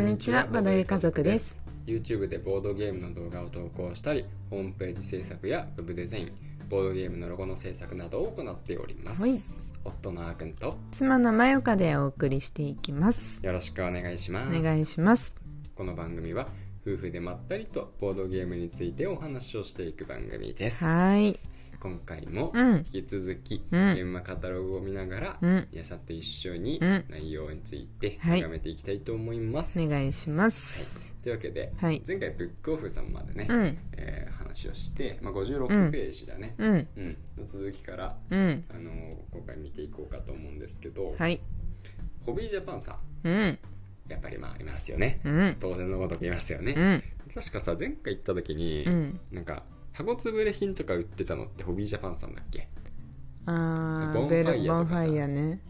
んちは、ボドゲ家族です。 YouTube でボードゲームの動画を投稿したりホームページ制作やウェブデザインボードゲームのロゴの制作などを行っております、はい夫のあーくんと妻のまよかでお送りしていきます。よろしくお願いしまおす願いします。この番組は夫婦でまったりとボードゲームについてお話をしていく番組ですはい。今回もうん引き続き、うん現場カタログを見ながら、うん皆さんと一緒にうん内容についてはい眺めていきたいと思います、お願いします。というわけで、はい前回ブックオフさんまでね、うんえー話をして、まあ、うん56ページだね、うん。うんの続きから、うん。あのー今回見ていこうかと思うんですけど、はい。ホビージャパンさんうん。やっぱりまあいますよね、うん。当然のごとくいますよね、うん。確かさ前回行った時に、うん。なんか箱つぶれ品とか売ってたのってホビージャパンさんだっけあボー、ンファベイアとかさル、ボンファイアね。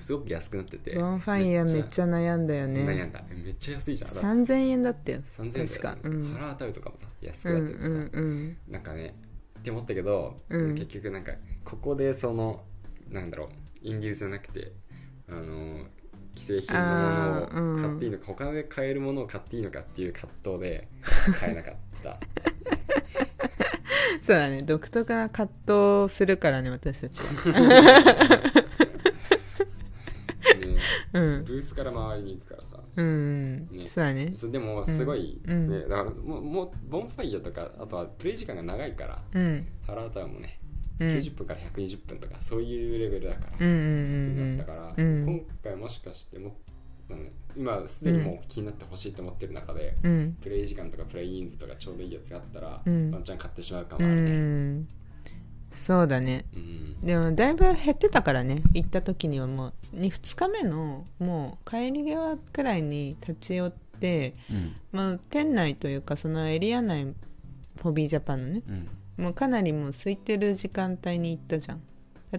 すごく安くなっててボンファイアめっちゃゃ悩んだよ悩ね。んだえめっちゃ安いじゃんだって3000円だったよ。 3000円確か。うだよねん。腹当たるとかもさ安うんくなっててうさ、んうん。なんかねって思ったけど、うん結局なんかここでそのなんだろうインディーズじゃなくてあの既製品のあものーうをん買っていいのか、他で買えるものを買っていいのかっていう葛藤 で買えなかったそうだね。独特な葛藤をするからね、私たち は。ねうん。ブースから回りに行くからさうん、ねそうだねそうでもすごい、うんうんね、だからもうもうボンファイアとかあとはプレイ時間が長いからうんハラータウンもね、うん90分から120分とかそういうレベルだから、うんうってなんったから、うんうん今回もしかしてもなんだ今すでにもう気になってほしいと思ってる中で、うんうんプレイ時間とかプレイインズとかちょうどいいやつがあったら、うんワンチャン買ってしまうかうもあるねんそうだねうん、でもだいぶ減ってたからね行った時にはもう 2, 二日目のもう帰り際くらいに立ち寄って、うんまあ、店内というかそのエリア内ホビージャパンのねうんもうかなりもう空いてる時間帯に行ったじゃん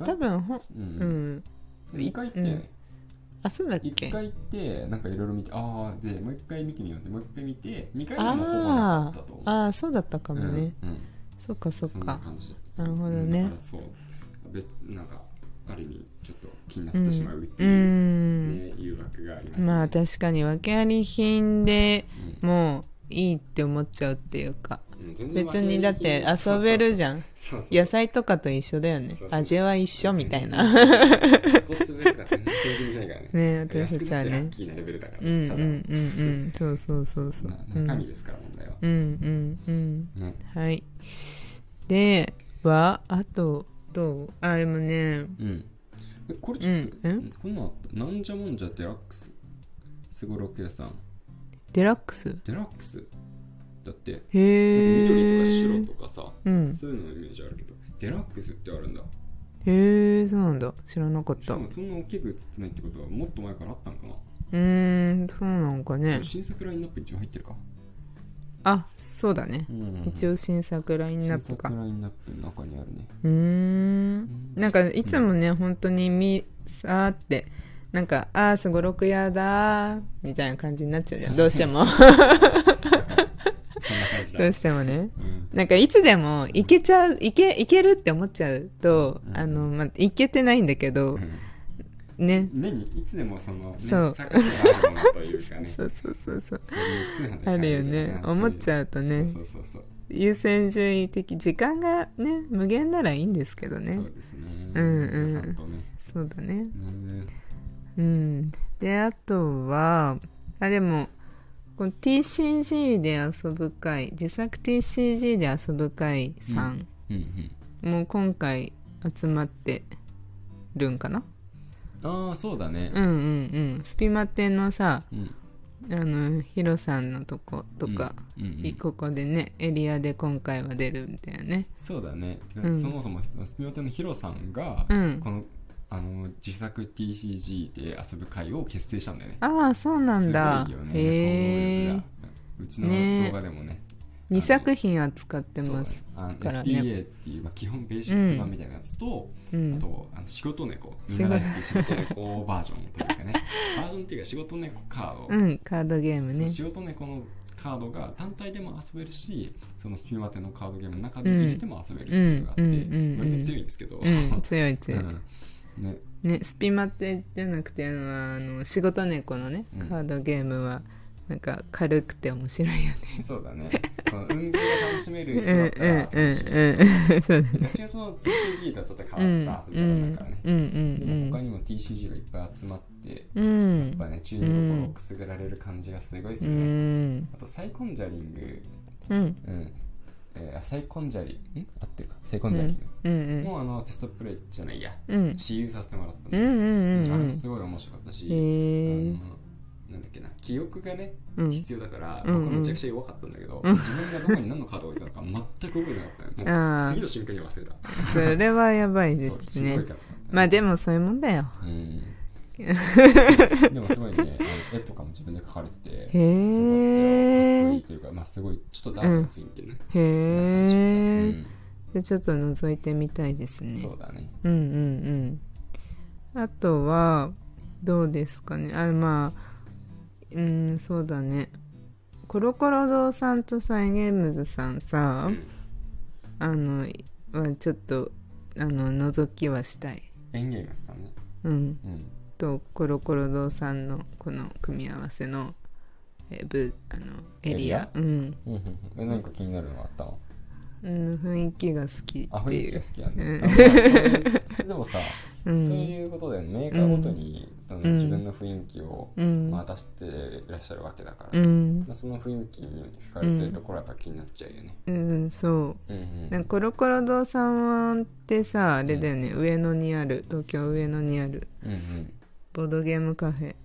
多分ほんうんうんで一回行って、うんあそうだっ一け回行ってなんかいろいろ見てああでもう一回見てみようってもう一回見て二回目もほぼなかったと思うあーあーそうだったかもね、うんうんそっかそっそんなか感じだったなるほどねだからそう別なんかある意味ちょっと気になってしまうってういう、んね誘惑がありますねまあ確かに訳あり品でうんもういいって思っちゃうっていうかうん全然別にだって遊べるじゃんそうそう野菜とかと一緒だよねそうそう味は一緒みたいな交通弁とか全然平均じゃないからねね安私くたちはなってラねッキーなレベルだからうんうんうんうんそうそうそうそたうだうなん中身ですから問題は、うんうんねうんはいではあとどうあれもねうんえこれちょっと、うんえこんなんあったなんじゃもんじゃデラックスすごろく屋さんデラックスデラックスだってへ緑とえか白とかさ、うんそういうののイメージあるけどデラックスってあるんだへえそうなんだ知らなかっしたかうもそんな大きく映ってないってことはもっと前からあったんかな、ーんそうなんかね新作ラインナップ一応入ってるか、あそうだね一応応新作ラインナップか新作ラインナップの中にある ねうーんなんかいつもね、本当に見さーってなんかああすごろくやだーみたいな感じになっちゃうじゃんどうしても そんな感じだどうしてもねうんなんかいつでもいけちゃういけいけるって思っちゃうと、うんあのまあいけてないんだけどね目にいつでもその、ね、そう探してあるものというかねそうそうそうそうそういう通販であ買るえよとねかそういう思っちゃうとねそうそうそう優先順位的時間がね無限ならいいんですけどねそうですねうんうんちゃんとねそうだねうんうん、であとはあでもこの TCG で遊ぶ会自作 TCG で遊ぶ会さん、うんうんもう今回集まってるんかなああそうだねうんうんうんスピマテのさうんあのヒロさんのとことか、うんうんうんここでねエリアで今回は出るみたいなねそうだねてかうんそもそもスピオテのヒロさんがうんこのあの自作 TCG で遊ぶ会を結成したんだよねああそうなんだすごいよねへえ行動力がうんうちのね動画でもね2作品扱ってますそうだねからあのね SDA っていう、まあ、基本ベーシック版みたいなやつと、うんあとあの仕事猫み仕ん事な大好き仕事猫バージョンというかね バージョンっていうか仕事猫カード、うんカードゲームそねう仕事猫のカードが単体でも遊べるしそのスピマテのカードゲームの中で入れても遊べるっていうのがあって、うんうんうんうん割と強いんですけど、 うん強い強い、うんねね、スピマテじゃなくてあのあの仕事猫のねうんカードゲームは、なんか軽くて面白い よねそうだねこの運動を楽しめる人だったら楽うんしいうんうんそうだねガチガチの TCG とはちょっとう変んわった遊うびん方だからね、うんでもう他んにも TCG がいっぱい集まってやうっぱんね注意心をくすぐられる感じがすごいですうるね、んあとサイコンジャリングうんうん、えー、サイコンジャリンん合ってるかサイコンジャリング、うんうんもうあのテストプレイじゃないやうん私有させてもらったうんの、うんうんあうれもんすごい面白かったし、へえあのなんだっけな記憶がねうん必要だから、うんうん僕めちゃくちゃ弱かったんだけど、自分がどこに何のカードを置いたのか全く覚えてなかったねもあうー次の瞬間に忘れたそれはやばいでそうすすごねいからまあでもそういうもんだようんでもすごいねあの絵とかも自分で描かれてへてーすごいかっこいいというかまあすごいちょっとダークな雰囲気ね、へえ、うんでちょっと覗いてみたいですねそうだねうんうんうんあとはどうですかねあまあうんそうだねコロコロ堂さんとサイ・ゲームズさんさあのはちょっとあの覗きはしたいエンゲームスさんねうんうんとコロコロ堂さんのこの組み合わせのえブあのエリアうん、え何か気になるのあったのうん、雰囲気が好きあって雰い囲気がう好きなんだ、うんあまあそういうでもさ、うんそういうことだよねメーカーごとにそのうん自分の雰囲気を、うんまあ、出していらっしゃるわけだから、うんまあその雰囲気に惹かれてるところはやっぱ気になっちゃうよね、うんそううんうんなんかコロコロ堂さんってさあれだよね、上野にある東京上野にあるうんうんボードゲームカフェ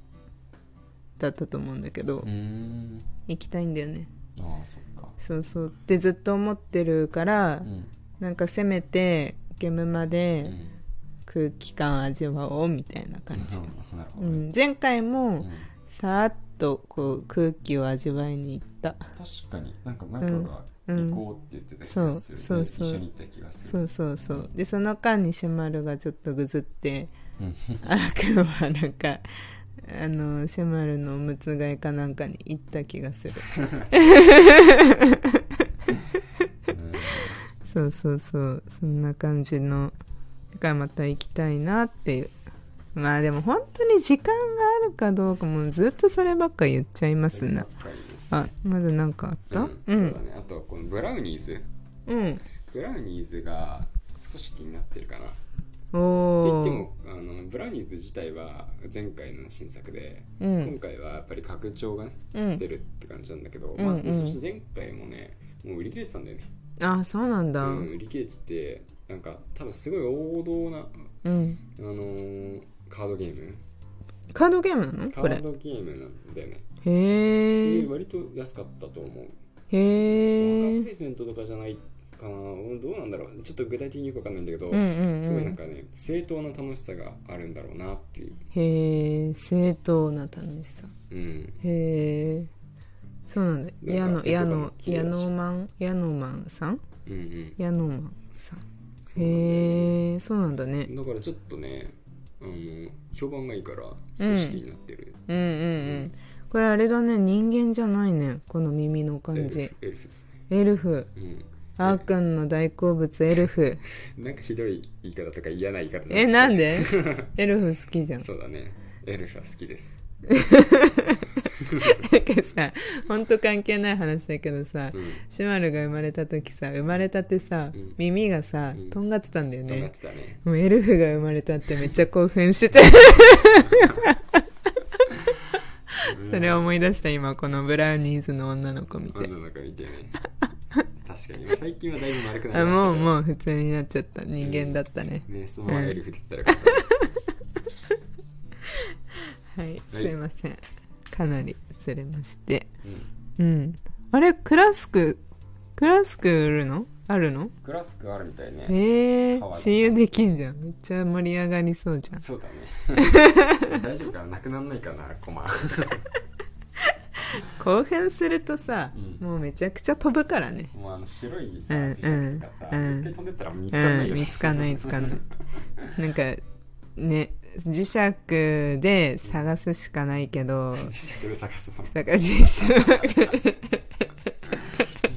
だったと思うんだけど、うーん行きたいんだよねああそっかそうそうってずっと思ってるから、うんなんかせめてゲームまうんうでん空気感味わおうみたいな感じ、なるほうどねん前回うもんさーっとこう空気を味わいに行った確かになんかマイカがうん行こうって言ってた気がする、ねそうそうそう一緒に行った気がするそうそうそうでその間にシマルがちょっとぐずってうんあーくんはなんかあのシェマルのおむつ替えかなんかに行った気がするそうそうそうそんな感じのだからまた行きたいなっていうまあでも本当に時間があるかどうかもうずっとそればっか言っちゃいますなそればっかりですあまだなんかあったうんうそうだんねあとこのブラウニーズうん、ブラウニーズが少し気になってるかなって言おってーもあのブラウニーズ自体は前回の新作で、う今ん回はやっぱり拡張がねうん出るって感じなんだけど、んうまあ、んそして前回もねもう売り切れてたんだよね、あそうなんう、だうんん売り切れててなんか多分すごい王道な、あのーカードゲームカードゲームなのカこれードゲームなんだよねへでえ割と安かったと思うワーカへーえプレイスメントとかじゃないかなどうなんだろうちょっと具体的によくわかんないんだけど、うんうんうんすごいなんかね正当な楽しさがあるんだろうなっていう、へえ正当な楽しさうん、へえそうなんだ矢なん野か矢絵とかも野綺麗矢だし野マン矢野マンさんうんうん矢野マンさんそうなんだよねへえそうなんだねだからちょっとねあの評判がいいから少し気になってる、うんうんうんこれあれだね人間じゃないねこの耳の感エじルフエルフですね、エルフうんあーくんの大好物エルフなんかひどい言い方とか嫌な言い方じゃえなんで でエルフ好きじゃんそうだねエルフは好きですなんかさ本当関係ない話だけどさうんシュマルが生まれた時さ生まれたてさうん耳がさとんがってたんだよとんがねってたねもうエルフが生まれたってめっちゃ興奮してたそれを思い出した今このブラウニーズの女の子見女ての中見てね 確かに最近はだいぶ丸くなありましたもうけどもう普通になっちゃった人間だったね、ねそのままエルフって言ったらかっこいいはいすいませんかなりずれましてうんうんあれクラスククラスク売るのあるのクラスクあるみたいねええかわいい親友できんじゃんめっちゃ盛り上がりそうじゃんそうだ ね大丈夫かななくなんないかなコマ興奮するとさ、うもうめちゃくちゃ飛ぶからねもうあの白いさうん磁石とかうさ、ん一回飛んでったら見つかんなういんよ、見つかんない見つか んないなんかね磁石で探すしかないけど 磁石で探すの探し磁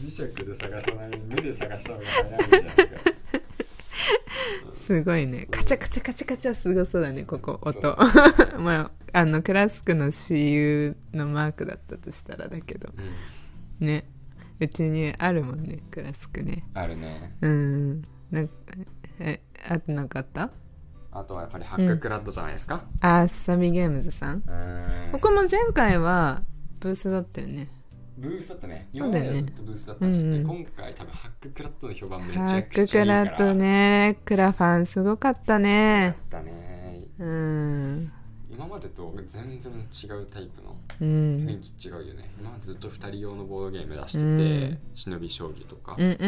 石で探さない目で探した方が早いんじゃないかすごいねカチャカチャカチャカチャすごそうだねここそ音 まああのクラスクの私有のマークだったとしたらだけどうん、ねうちにあるもんねクラスクねあるねうんなんかえあとなんかあったあとはやっぱりハッククラッドじゃないですか、あーサミゲームズさんうーんここも前回はブースだったよねブースだったねそ今うまだよねではずっとブースだったねうんうんで今回多分ハッククラッドの評判めちハゃッくクちゃクいいからラッドねクラファンすごかっただっねたねうん今までと全然違うタイプのう雰囲ん気違うよね、今までずっと2人用のボードゲーム出してて、うん忍び将棋とか、うんうんう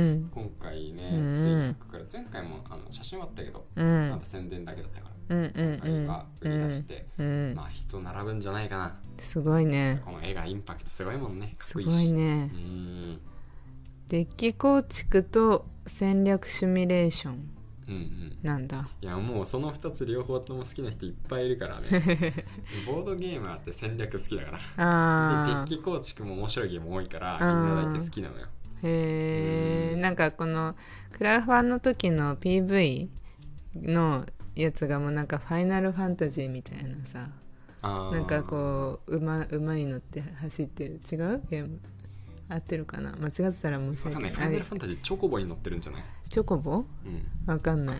ん今回ね、うんついにハッククラッド前回もあの写真はあったけど、うんうんまだ宣伝だけだったからうんうん今回は売り出して、うんうんまあ人並ぶんじゃないかなすごいねこの絵がインパクトすごいもんねかっすこいごいしいうねんデッキ構築と戦略シミュレーションうんうんなんだいやもうその2つ両方とも好きな人いっぱいいる からねボードゲーマーって戦略好きだからであデーッキ構築も面白いゲーム多いからあーみんな大体好きなのよへえうんんかこのクラファンの時の PV のやつがもうなんかファイナルファンタジーみたいなさあーなんかこう馬馬に乗って走ってる違うゲーム合ってるかな間違ってたら申しわ訳かんなないいファイナあルファンタジーチョコボに乗ってるんじゃないれチョコボ うんわかんない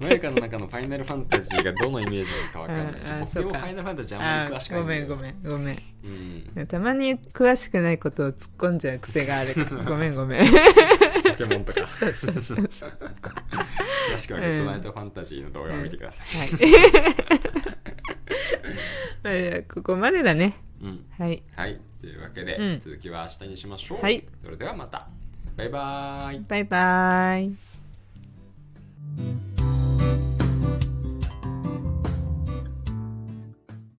マユカの中のファイナルファンタジーがどのイメージなのかわかんないしあーあー僕もそうフかァイナルファンタジーあんあまり詳しくーないごめんだけごどめんごめんうんたまに詳しくないことを突っ込んじゃう癖がある からごめんごめんポケモン とか詳しくはグッドナイトファンタジーの動画を見てくださいはい まあじゃあここまでだねうんはいはいというわけで、うん続きは明日にしましょう、はいそれではまたバイバーイバイバイ